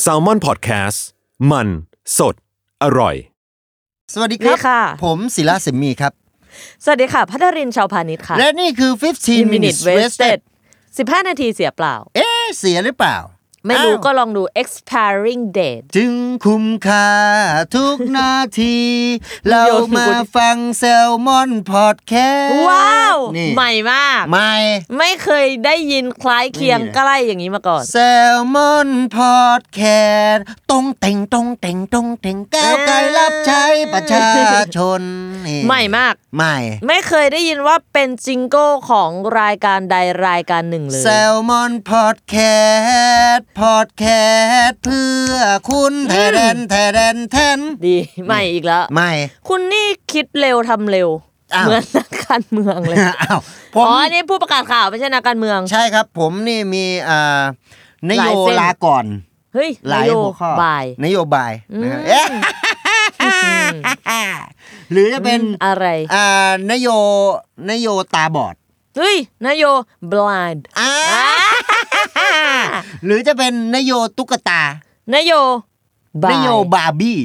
แซลมอนพอดแคสต์มันสดอร่อย สวัสดีครับ สวัสดีค่ะ ผมศิลาสิมมีครับ สวัสดีค่ะ พัทรินทร์ชาวพาณิชย์ค่ะ และนี่คือ 15 minutes wasted 15 นาทีเสียเปล่า เอ๊ะเสียหรือเปล่า ไม่รู้ อ้าว ก็ลองดู expiring date จึงคุ้มค่าทุกนาที เรามาฟังแซลมอนพอดแคสต์ ว้าว นี่ ใหม่มาก ใหม่ ไม่เคยได้ยินคล้ายเคียง นี่แหละ ใกล้อย่างนี้มาก่อน แซลมอนพอดแคสต์ตรงเต่งตรงเต่งตรงเต่งก้าวไกลรับใช้ประชาชนนี่ ใหม่มาก ใหม่ ไม่เคยได้ยินว่าเป็นจิงโก้ของรายการใดรายการหนึ่งเลย แซลมอนพอดแคสต์พอดแคสต์เพื่อคุณแทนแทนแทน ดีใหม่อีกแล้ว ไม่ คุณนี่คิดเร็วทำเร็ว อ้าว เหมือนนักการเมืองเลย อ้าวผ อ๋ ม ออันนี่ผู้ประกาศข่าวไม่ใช่นักการเมือง ใช่ครับผมนี่มีอ่านโย หลายเส้น ลาก่อน เฮ้ย หลาย นโ หัวข้อบ าย นโยบายนะครับเอ๊ะหรือจะเป็น อะไร อ่านโยนโยตาบอด เฮ้ยนโย blind อ่าหรือจะเป็นนโยตุ๊กตาน โยบาย นโยบาร์บี้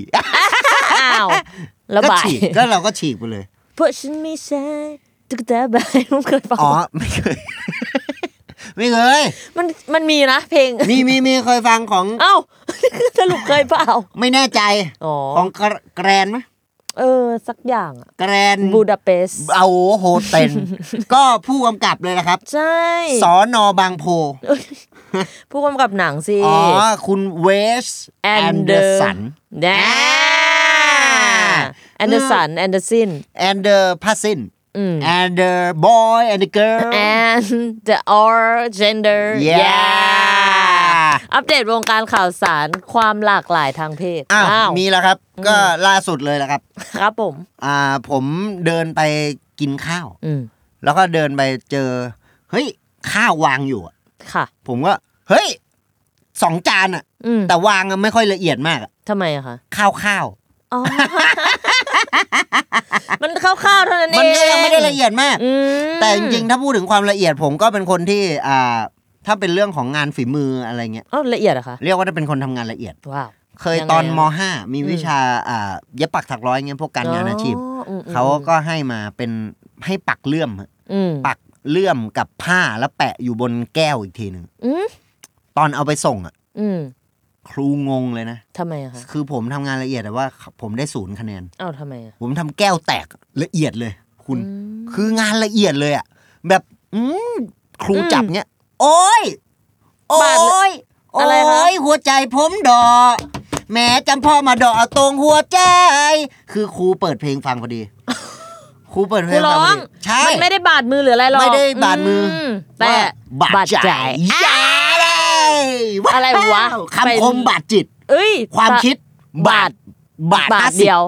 อ้าวแล้ว ก็ บาย ฉีกก็เราก็ฉีกไปเลย เพราะฉันไม่ใช่ตุ๊กตาบายมันเคยฟัง อ๋อ ไม่เคย ไม่เคย มันมันมีนะเพลง มีมีมีเคยฟังของ เอ้า สรุปเคยเปล่า ไม่แน่ใจ อ๋อ ของกระแกรนไหม เออ สักอย่างอะ แกรน บูดาเปสต์ เอาโฮเท น ก็ผู้กำกับเลยนะครับ ใช่ สอนอบางโพ เอ้ยผู้กำกับหนังสิ อ๋อ คุณเวส แอนเดอร์สันแน่แอนเดอร์สันแอนเดอร์ซิน แอนเดอร์พาซิน อืม แอนเดอร์บอยแอนเดอร์เกิร์ล and the or gender Yeah อัปเดตวงการข่าวสารความหลากหลายทางเพศ อ้าว มีแล้วครับ ก็ล่าสุดเลยแหละครับ ครับผม อ่า ผมเดินไปกินข้าว อืม แล้วก็เดินไปเจอ เฮ้ย ข้าววางอยู่อะ ค่ะ ผมก็เฮ้ยสองจานอะ อืม แต่วางอะไม่ค่อยละเอียดมากอะ ทำไมอะคะ ข้าวข้าว อ๋อ มันคร่าวๆเท่านั้นเอง มันก็ยังไม่ได้ละเอียดมาก อืม แต่จริงๆถ้าพูดถึงความละเอียดผมก็เป็นคนที่อ่าถ้าเป็นเรื่องของงานฝีมืออะไรเงี้ย เอ้าละเอียดเหรอะคะ เรียกว่าจะเป็นคนทำงานละเอียด ว้าว เคยตอน ยัง ม ไงอะ ห้ามีวิชาอ่าเย็บปักถักร้อยเงี้ยพวกการงาน อ๋อ อาชีพ อืมๆ เขาก็ให้มาเป็นให้ปักเลื่อมอะ อืม ปักเลื่อมกับผ้าแล้วแปะอยู่บนแก้วอีกทีหนึ่ง อืม ตอนเอาไปส่งอะ อืม ครูงงเลยนะ ทำไมอะคะ คือผมทำงานละเอียดแต่ว่า ผมได้ศูนย์คะแนน เอ้าทำไมอะ ผมทำแก้วแตกละเอียดเลย คุณ คืองานละเอียดเลยอ่ะ แบบอืมครูจับเนี้ย โอ้ย โอ้ยโอ้ อะไรคะ ยหัวใจผมดอกแหม่จำพ่อมาดอกเอาตรงหัวใจ คือครูเปิดเพลงฟังพอ ดี ครูเปิดเพล กู งฟั ร้ ง อ พอง ดีใช่ มันไม่ได้บาดมือหรืออะไรหรอก ไม่ได้บาดมืออื มแต่ ว่าบาดใจ อ่ะ ยาเลยา อะไรวะ คำคม ไป บาดจิต เอ้ย ความ ตะ คิด บาด บาด บาท 50 เดียว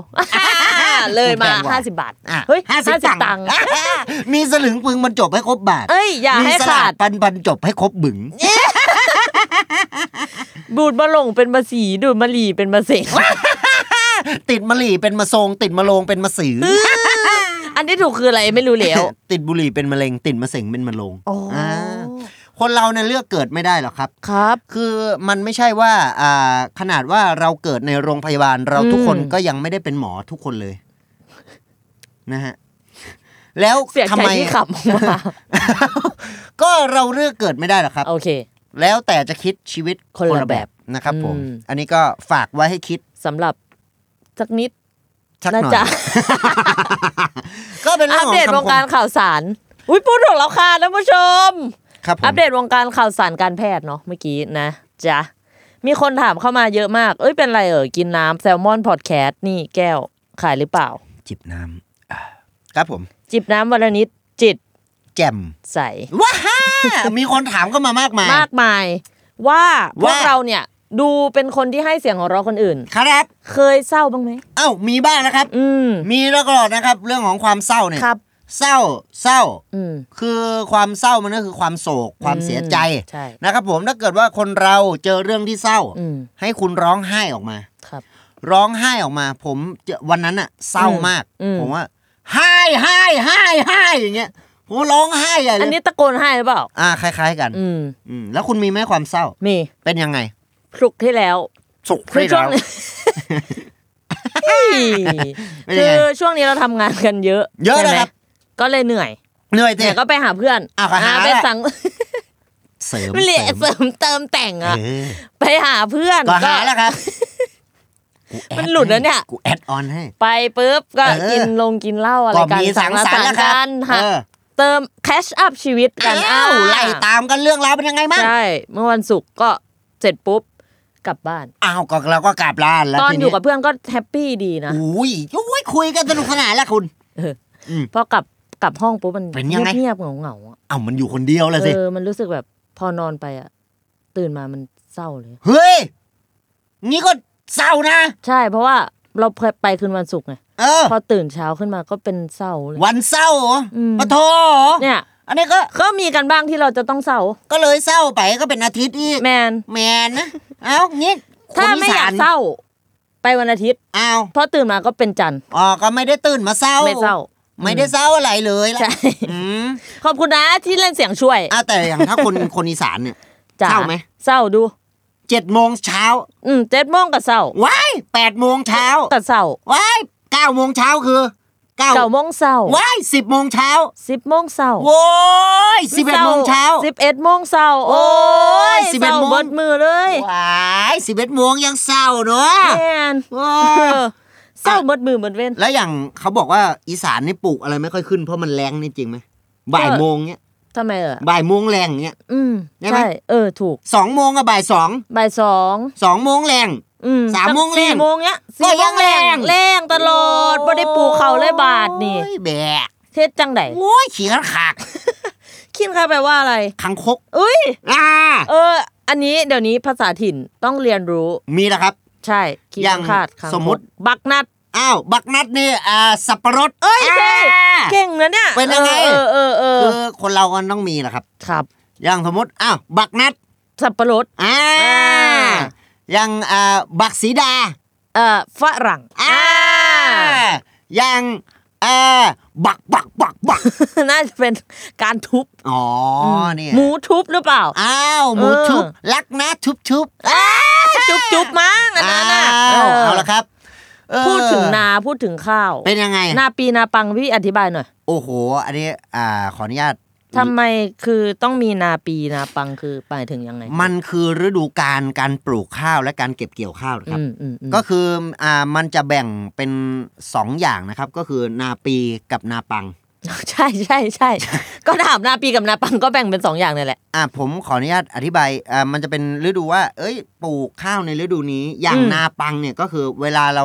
เลยมา แพงกว่ 50 บาท อ่ะ เฮ้ย ห้าสิบ 50 ตั ตั ง ง ค์ ค์ มีสลึงปึงบรรจบให้ครบบาท เอ้ยอย่ามีให้สลั ขาด ปันบรรจบให้ครบบึง ดูดมะหลงเป็นภาษีดูดมะหลีเป็นภาษี ติดมะหลี่เป็นมะทรงติดมะโลงเป็นมะสือ อันที่ถูกคืออะไรไม่รู้แล้ว ติดบุหรี่เป็นมะเร็ง ติดมะเสงเป็นมะโลง อ๋ออ่ าคนเราเนี่ยเลือกเกิดไม่ได้หรอกครับ ครับ คือมันไม่ใช่ว่าอ่าขนาดว่าเราเกิดในโรงพยาบาลเราทุกคน อืม ก็ยังไม่ได้เป็นหมอทุกคนเลยนะฮะแล้ว เสีย ทำ ใจ ไม ที่ขำออกมา ก็เราเลือกเกิดไม่ได้หรอกครับ โอเค แล้วแต่จะคิดชีวิต คนละแบบ นะครับผม อืม อันนี้ก็ฝากไว้ให้คิด สำหรับสักนิด ชักห นะ น่อย จ๊ะ ก็เป็นเรื่ อั องขปอง เดตวง คำค การ ม ข่าวสาร อุ้ยพูดถูกแล้วค่ะท่านผู้ชม ครับผม อัปเดตวงการข่าวสารการแพทย์เนาะเมื่อกี้นะจ๊ะ มีคนถามเข้ามาเยอะมาก เอ้ยเป็นไรเอ่ยกินน้ำแซลมอนพอดแคสต์นี่แก้วขายหรือเปล่า จิบน้ำอ่าครับผม จิบน้ำวันละนิดจิต แจ่ม ใส ว้าฮ่ามีคนถามก็มามากมาย มากมาย ว่าพวก ว่า เราเนี่ยดูเป็นคนที่ให้เสียงหัวเราะคนอื่น ครับ เคยเศร้าบ้างไหม เอ้ามีบ้างนะครับ อืม มีแล้วก็นะครับ เรื่องของความเศร้าเนี่ย ครับ เศร้าเศร้า อืม คือความเศร้ามันก็คือความโศกความเสียใจ ใช่ นะครับผมถ้าเกิดว่าคนเราเจอเรื่องที่เศร้า อืม ให้คุณร้องไห้ออกมา ครับ ร้องไห้ออกมา ผมเจอวันนั้นอะเศร้ามาก อืม ผมว่าไห้ไห้ไห้ไห้อย่างเงี้ยผมร้องไห้ใหญ่เล อันนี้ ย ตะโกนให้หรือเปล่า อ่าคล้าย ๆ กัน อืม อืมแล้วคุณมีไหมความเศร้า มี เป็นยังไง สุกร์ที่แล้ว สุข คือ ไม่ ช่วง เรา นี้ เฮ้ย เป็นยั คื งไง อช่วงนี้เราทำงานกันเยอะ เยอะ ใช่ไหม นะครับ ก็เลยเหนื่อย เหนื่อย เห เต นื่อยก็ไปหาเพื่อน อ้าวก็หา อ่ แล้ว ไป แหละ สัง เสริม ไม่เหละ เส เส ริ ริ ม มเติมแต่งอะ เออ ไปหาเพื่อน ก็หาแล้วครับ มันหลุดแล้วเนี่ย กูแอดออนให้ ไปปุ๊บก็ เออ กินลงกินเหล้าอะไร ก็ กัน มีสังสรรค์แล้วค กั รับ นหัก เออ เติมแคชอัพชีวิตกัน อ้าวไล่ตามกันเรื่องราวเป็นยังไงบ้าง ใช่เมื่อวันศุกร์ก็เสร็จปุ๊บกลับบ้าน อ้าวก็เราก็กลับร้านแล้ว ตอน ที อยู่กับเพื่อนก็แฮปปี้ดีนะ อุ้ยอุ้ยคุยกันสนุกสนานแล้วคุณ พอกลับกลับห้องปุ๊บมัน เป็นยังไง เงียบๆเหงาๆอะ เอ้าวมันอยู่คนเดียวเลยสิ เออมันรู้สึกแบบพอนอนไปอ่ะ ตื่นมามันเศร้าเลย เฮ้ย นี่ก็เศร้านะ ใช่เพราะว่าเราไปคืนวันศุกร์ไง เออ พอตื่นเช้าขึ้นมาก็เป็นเศร้าเลย วันเศร้าเหรอ อืม ปะโท เนี่ย อันนี้ก็ ก็มีกันบ้างที่เราจะต้องเศร้า ก็เลยเศร้าไปก็เป็นอาทิตย์อีก แมน แมนนะ เอ้างี้ ถ้าไม่อยากเศร้า ไปวันอาทิตย์ เอ้าว พอตื่นมาก็เป็นจันทร์ อ๋อก็ไม่ได้ตื่นมาเศร้า ไม่เศร้า ไม่ได้เศร้าอะไรเลยล่ะ ใช่ อืม ขอบคุณนะที่เล่นเสียงช่วย อ้าวแต่อย่างถ้าคน คนอีสานเนี่ย จ๋ เศร้าไหม เศร้าดู เจ็ดโมงเช้า อืมเจ็ดโมงก็เศร้า ว้ายแปดโมงเช้า ก็เศร้า ว้ายเก้าโมงเช้าคือเก้า เก้าโมงเศร้า ว้ายสิบโมงเช้า สิบโมงเศร้า โว้ยสิบเอ็ดโมงเช้า สิบเอ็ดโมงเช้า โอ้ โอ้ ย ย 11 เศร้า โมง เบิดมือเลย ว้ายสิบเอ็ดโมงยังเศร้าเนาะ แมน ว้า เอย อเศร้าเบิดมือเบิดเว้น แล้วอย่างเขาบอกว่าอีสานนี่ปลูกอะไรไม่ค่อยขึ้นเพราะมันแรงนี่จริงไหมบ่ายโมงเนี้ย ทำไมเออ บ่ายโมงแรงเนี้ย อืม ได้ไหม ใช่เออถูก สองโมงกับบ่ายสอง บ่ายสอง สองโมงแรง อืม สามโมงแรง สี่โมงเนี้ย ก็ สี่โม ยัง ง แร แรง ง แรงตลอดบ่ได้ปลูกเขาเลยบาทนี่ โอ้ยแบก เทศจังได โอ้ยขี่ขันขาก คิดค่ะแปลว่าอะไร คังคก อุ้ย อ่า เออ อันนี้เดี๋ยวนี้ภาษาถิ่นต้องเรียนรู้ มีแล้วครับ ใช่คิด อย่าง คาดคาง สมมุติ คกบักนัด อ้าวบักนัดนี่อ่าสับปะรด เอ้ยเฮ้ย อ่า เก่งนะเนี่ย เป็นยังไง เออเออเออ คื เอ อ อ คนเราก็ต้องมีแหละครับ ครับ อย่างสมมติอ้าวบักนัด สับปะรด อ่า อ่า อย่างอ่าบักสีดา เอ่อฝรั่ง อ่าอย่างเอ่อบักบักบักบัก น่าจะ เป็นการทุบ อ๋ออ ม เนี่ย หมูทุบหรือเปล่า อ้าวหมู เออ ชุบรักนะชุบชุบ อ้าวจุบจุบมั้งอัน อ้า นั้นน่ะ ว เออ เอาละครับเออ พูดถึงนาพูดถึงข้าว เป็นยังไง นาปีนาปังพี่อธิบายหน่อย โอ้โห อันนี้อ่าขออนุญาต ทำไมคือต้องมีนาปีนาปังคือหมายถึงยังไง มันคือฤดูการการปลูกข้าวและการเก็บเกี่ยวข้าวนะครับ อืมอืมอืม ก็คืออ่ามันจะแบ่งเป็น 2 อย่างนะครับ ก็คือนาปีกับนาปัง ใช่ใช่ใช่ก็ถามนาปีกับนาปังก็แบ่งเป็นสองอย่างเนี่ยแหละ อ่าผมขออนุญาตอธิบายอ่ามันจะเป็นฤดูว่า เอ้ย ปลูกข้าวในฤดูนี้ อย่าง อืม นาปังเนี่ยก็คือเวลาเรา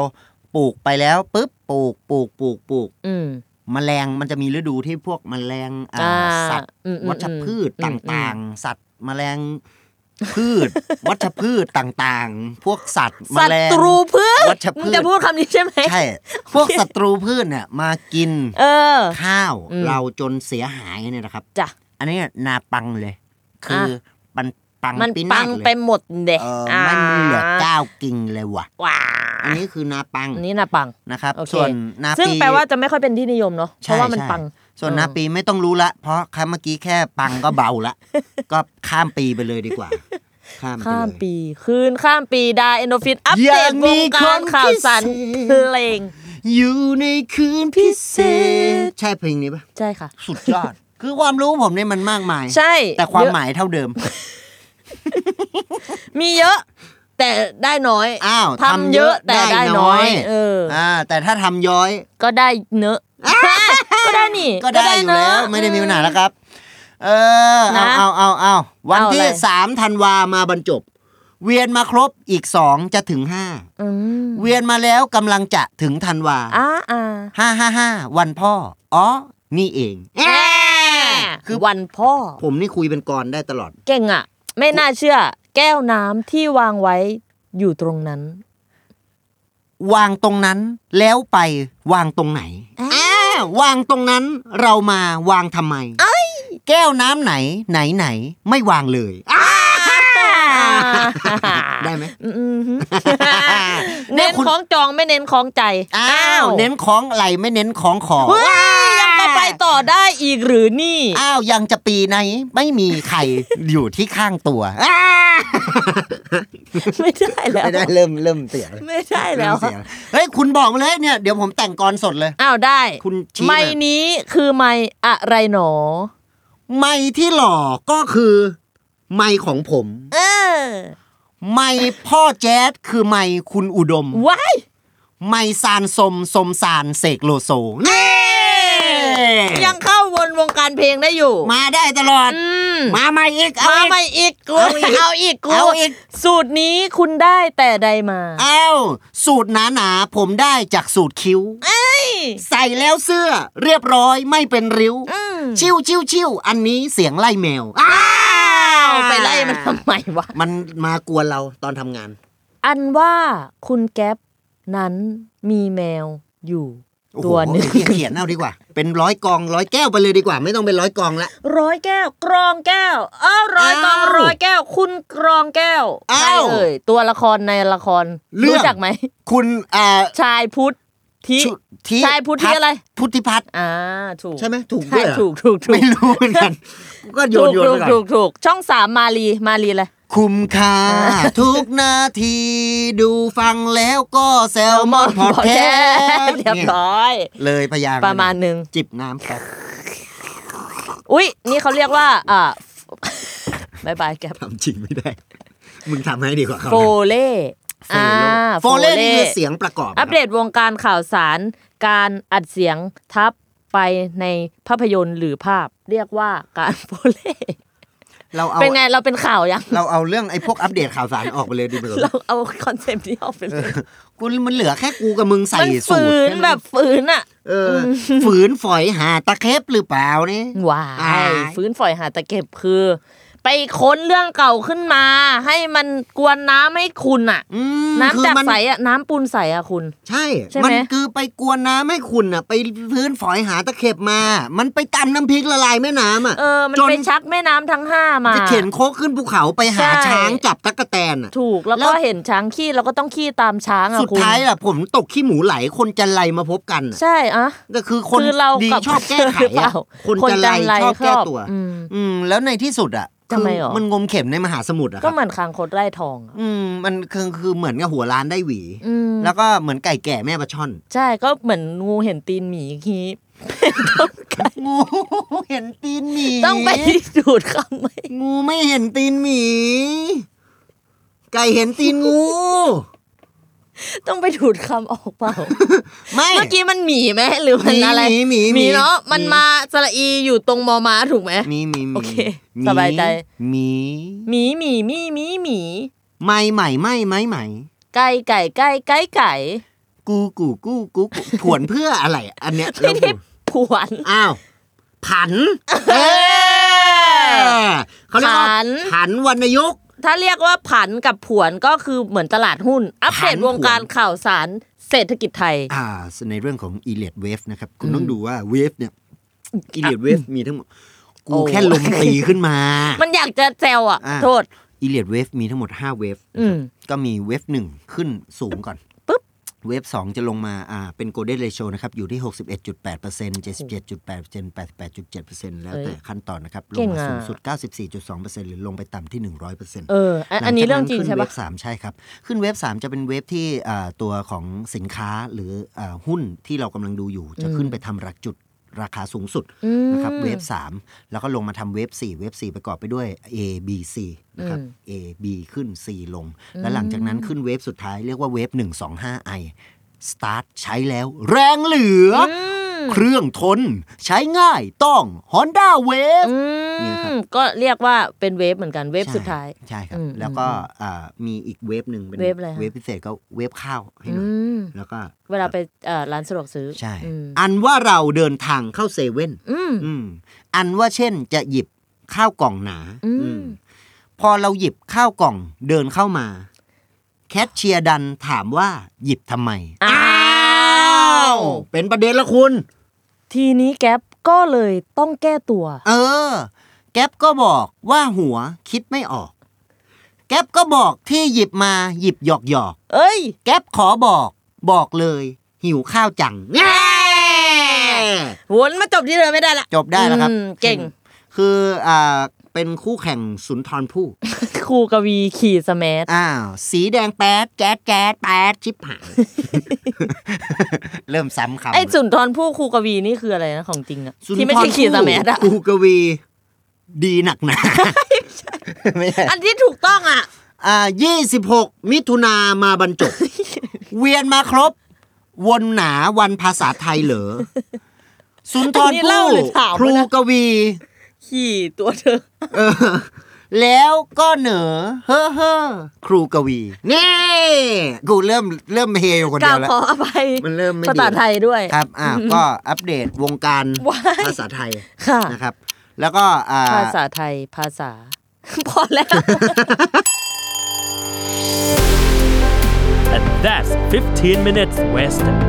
ปลูกไปแล้วปุ๊บปลูกปลูกปลูกปลูก อืม แมลงมันจะมีฤดูที่พวกแมลงอ่า อ่า สัตว์ อืมอืม วัชพืช อื ต ม ่างๆ สัตว์แมลงพืช วัชพืชต่างๆ พวกสัตว์แม ศั ลง ตรูพืช วัชพืช มึงจะพูดคำนี้ใช่ไหม ใช่ พวกศัตรูพืชเนี่ยมากิน เออ ข้าว อืม เราจนเสียหายเนี่ยนะครับ จ้ะ อันนี้นาปังเลย คืออมันปัง มัน ปี ปั นาง ศเลย ไปหมดเด็ก เออไม่มีเหลือก้าวกิ่งเลยว่ะ ว้า อันนี้คือนาปัง อันนี้นาปัง นะครับ โอเค ส่วนนาปี ซึ่งแปลว่าจะไม่ค่อยเป็นที่นิยมเนาะเพ ใช่ ราะว่ามัน ใช่ ปัง ส่วน เออ นาปีไม่ต้องรู้ละ เพราะครั้งเมื่อกี้แค่ปังก็เบา ละ ก็ข้ามปีไปเลยดีกว่า ข้ามไป ข้าม เลย ปี คืนข้ามปีดาเอนโดฟินอัป อ เด ยา ต ก ว มี งการข่าวสาร คนพิเศษ เพลง อยู่ในคืนพิเศ พิเศ ษ ษ ใช่เพลงนี้ปะ ใช่ค่ะ สุดยอด คือความรู้ผมเนี่ยมันมากมาย ใช่ แต่ความ เยอะ หมายเท่าเดิม มีเยอะ แต่ได้น้อย อ้าว ทำเยอะแต่ได้น้อย เออ อ่า แต่ถ้าทำย้อย ก็ได้เนอะก็ได้นี่ ก็ได้อยู่แล้ว นะ ไม่ได้มีปัญหาแล้วครับ เออ เอา นะ เอาเอาเอาวันที่ เอาอะไร สามธันวามาบรรจบ เวียนมาครบอีกสองจะถึงห้า อืม เวียนมาแล้วกำลังจะถึงธันวา อ่าอ่า ห้าห้าห้าวันพ่อ อ๋อ นี่เอง คือวันพ่อ ผมนี่คุยเป็นกรได้ตลอด เก่งอ่ะ ไม่น่าเชื่อ แก้วน้ำที่วางไว้อยู่ตรงนั้น วางตรงนั้นแล้วไปวางตรงไหนอ้าวางตรงนั้นเรามาวางทำไมแก้วน้ำไหนไหนไหนไม่วางเลยอ้าได้ ไหม อืมฮึ เนี่ เน้ ย น คุณ ของจองไม่เน้นของใจ อ้าวเน้นของไหลไม่เน้นของขอ เฮ้ยยังก็ไปต่อได้อีกหรือนี่ อ้าวยังจะปีไหนไม่มีไข่ อยู่ที่ข้างตัวอ้า ไม่ได้แล้ว ไม่ได้เริ่มเริ่มเสียง ไม่ได้ เริ่ แล้ว มเสียงเฮ้ยคุณบอกมาเลยเนี่ยเดี๋ยวผมแต่งกรสดเลย อ้าวได้ คุณชี้ ไม่ มา นี้คือไม่อะไรหนอ ไม่ที่หล่อก็คือไม่ของผม เออ ไม่พ่อแจ๊ดคือไม่คุณอุดม ว้าย ไม่ซานสมสมซานเสกโลโซเน่ ยังเข้าวนวงการเพลงได้อยู่ มาได้ตลอด อืม มาใหม่อีก มา เอีก ใหม่อีกกู เอาอีก เอาอีกกู เอาอีก สูตรนี้คุณได้แต่ใดมา เอ้าสูตรหนาหนาๆผมได้จากสูตรคิ้ว ใส่แล้วเสื้อเรียบร้อยไม่เป็นริ้ว อืม ชิวชิวชิวอันนี้เสียงไล่แมวอ้า เอาไปไล่มันทำไมวะ มันมากวนเราตอนทำงาน อันว่าคุณแก๊ปนั้นมีแมวอยู่ โอ้โห ตัวหนึ่ง เขียนเขียนเอาดีกว่า เป็นร้อยกองร้อยแก้วไปเลยดีกว่า ไม่ต้องเป็นร้อยกองละ ร้อยแก้ว กรองแก้ว เอ้าร้อยกรอง อ้าว ร้อยแก้ว คุณกรองแก้ว อ้าว ใครเอ่ยตัวละครในละคร เรื่อง รู้จักไหม คุณเอ่อ ชายพุทธิ ชุที่ ชายพุทธิ พัฒน์ อะไร พุทธิพัฒน์ อ่าถูก ใช่ไหมถูก ใช่ ด้วยเหรอ ถูกถูกถู ไม่ ก รู้เหมือนกัน ก็โย ถู น ก โยน ถู ไป ก ก่อน ถูกถูกช่องสามมาลีมาลีเลย คุ้มค่า ทุกนาที ดูฟังแล้วก็แซลมอนพอดแคสต์ เรียบร้อย เลยพยางค์ ประมาณหนึ่ง จิบน้ำครับ อุ๊ย นี่เขาเรียกว่า อ่า บายบายแกป ทำจริงไม่ได้ มึงทำให้ดีกว่าเขา โฟเล่อ่า โฟเล่นี่คือเสียงประกอบ อัปเดตวงการข่าวสาร การอัดเสียงทับไปในภาพยนตร์หรือภาพ เรียกว่าการโฟเล่ เราเอา เป็นไงเราเป็นข่าวยัง เราเอาเรื่องไอ้พวกอัปเดตข่าวสารออกไปเลยดีกว่า เราเอาคอนเซปต์ที่ออกไปเลย กูมันเหลือแค่กูกับมึงใส่ มัน สู ฝื ตร นแบบฝืนอะ เออ ฝืนฝอยหาตะเข็บหรือเปล่านี่ ว้า อ่า ยฟื้นฝอยหาตะเก็บคือ ไปค้นเรื่องเก่าขึ้นมา ให้มันกวนน้ำให้คุณอะ อืม น้ำจาก คือมั ใสอะน้ำปูนใสอะคุณ ใช่ ใช่ไหม มันคือไปกวนน้ำให้คุณอ่ะ ไปพื้นฝอยหาตะเข็บมา มันไปตำน้ำพริกละลายแม่น้ำอ่ะ เออ มัน จน ไปชักแม่น้ำทั้งห้ามา จะเข็นโคกขึ้นภูเขาไปหา ใช่ ช้างจับตั๊กแตนอ่ะ ถูกแล้ว แล้ ก็ ว เห็นช้างขี้เราก็ต้องขี้ตามช้างอะ สุด คุณ ท้ายอ่ะ ผมตกขี้หมูไหลคนจันไรมาพบกันอะ ใช่อะ ก็คือคน คือเรา ดี กับ ชอบแก้ไข หรือเป อ่ะ ล่า คน คน จัน จั ไร นไร ชอบแก้ตัว ชอบอืม อืม แล้วในที่สุดอ่ะ ทำไมหรอ มันงมเข็มในมหาสมุทรอ่ะค ก็ รับ เหมือนคางคดไร่ทองอะ อืมมันคือคือเหมือนกับหัวล้านได้หวี อืม แล้วก็เหมือนไก่แก่แม่ปลาช่อน ใช่ก็เหมือนงูเห็นตีนหมีขี้ งูเห็นตีนหมี ต้องไปที่ดูดเขาไหม งูไม่เห็นตีนหมี ไก่เห็นตีนงู ต้องไปดูดคำออกเปล่า ไม่ เมื่อกี้มันหมีไหมหรือมันอะไร หมีหมี หมีเนาะมันมาสระอีอยู่ตรงมอมาถูกไหม หมีหมีหมี โอเค หมี สบายใจ หมี หมีหมีหมีหมีหมี ไม่ใหม่ไม่ไม่ใหม่ ไก่ไก่ไก่ไก่ไก่ กูกูกูกูกูผวนเพื่ออะไร อัน เนี้ย ไม่ได้ เรา ผวน อ้าวผัน เออ อเขาเรียกว่า ผัน ผันวรรณยุกต์ ถ้าเรียกว่าผันกับผวนก็คือเหมือนตลาดหุ้น อัปเด ผันผตวน วงการข่าวสารเศรษฐกิจไทย อ่าในเรื่องของอีเลียดเวฟนะครับ คุณ อืม ต้องดูว่าเวฟเนี่ยอีเลียดเวฟมีทั้งหมดกู โอ้ แค่ลมตีขึ้นมา มันอยากจะแซวอ่ะ อ่ะ โทษ อีเลียดเวฟมีทั้งหมด 5 เวฟ อืม ก็มีเวฟหนึ่งขึ้นสูงก่อน ปึ๊บ เวฟสองจะลงมาอ่าเป็นโกลเด้นเรโชนะครับ อยู่ที่ 61.8เปอร์เซ็นต์77.8เปอร์เซ็นต์88.7เปอร์เซ็นต์แล้วแต่ขั้นตอนนะครับ ล เก่ ง ง มา อ่ะ สูงสุด 94.2เปอร์เซ็นต์หรือลงไปต่ำที่ 100เปอร์เซ็นต์ เอออันอันนี้เรื่องจริงใช่ เว ปะ ฟสามใช่ครับ ขึ้นเวฟสามจะเป็นเวฟที่อ่าตัวของสินค้าหรืออ่าหุ้นที่เรากำลังดูอยู่ จะขึ้นไปทำรักจุดราคาสูงสุด อืม นะครับเวฟ3แล้วก็ลงมาทำเวฟ4เวฟ4ประกอบไปด้วย A B C นะครับ อืม A B ขึ้น C ลง และหลังจากนั้นขึ้นเวฟสุดท้ายเรียกว่าเวฟ1 2 5 I สตาร์ทใช้แล้ว แรงเหลืออเครื่องทน ใช้ง่ายต้อง Honda Wave อื เนี่ยครับ มก็เรียกว่าเป็นเวฟเหมือนกันเวฟสุดท้าย ใช่ครับ อืม แล้วก็อ่ามีอีกเวฟหนึ่งเป็น เวฟอะไรฮะ เวฟพิเศษก็เวฟข้าวให้ห อื น่อย ม แล้วก็ เวลาไปเอ่อร้านสะดวกซื้อ ใช่ อืม อันว่าเราเดินทางเข้าเซเว่น อืม อืมอันว่าเช่นจะหยิบข้าวกล่องหนา อืม อืม พอเราหยิบข้าวกล่องเดินเข้ามา แคชเชียร์ดันถามว่าหยิบทำไม อ้าว เป็นประเด็นละคุณ ทีนี้แก๊ปก็เลยต้องแก้ตัว เออ แก๊ปก็บอกว่าหัวคิดไม่ออก แก๊ปก็บอกที่หยิบมาหยิบหยอกหยอก เอ้ย ๆแก๊ปขอบอก บอกเลย หิวข้าวจังแง่ วนมาจบที่เดิมไม่ได้ละ จบได้แล้วครับ อืมเก่ง คืออ่าเป็นคู่แข่งสุนทร ภู่ ครูกวีขี่สแมท อ้าว สีแดงแป๊ดแจ๊ดแจ๊ดแป๊ดชิบหาย เริ่มซ้ำคำ ไอ้สุนทรภู่ครูกวีนี่คืออะไรนะของจริงอะ สุนทร ที่ไม่ใช่ขี่สแมทอะ ภู่กูกวี ดีหนักหนาไม่ใช่ อันที่ถูกต้องอะ อ่ายี่สิบหกมิถุนามาบรร จบ เวียนมาครบ วนหนาวันภาษาไทยเหรอ สุนทร นี่ ภู่ เล่าหรือถาม ครู วะนะ กวี ขี่ตัวเธอ เออ แล้วก็เหนอ เฮ้อเฮ้อครูกวีนี่กูเริ่มเริ่มเฮอยู่คน ก เดียราว บ แล้ว ขออภัย มันเริ่มไม่ดี ภาษาไทยด้วย ครับ อ่า ก็อัปเดตวงการ ว้าย ภาษาไทย ค่ะ นะครับ แล้วก็อ่า ภาษาไทยภาษา พอแล้ว and that's 15 minutes west.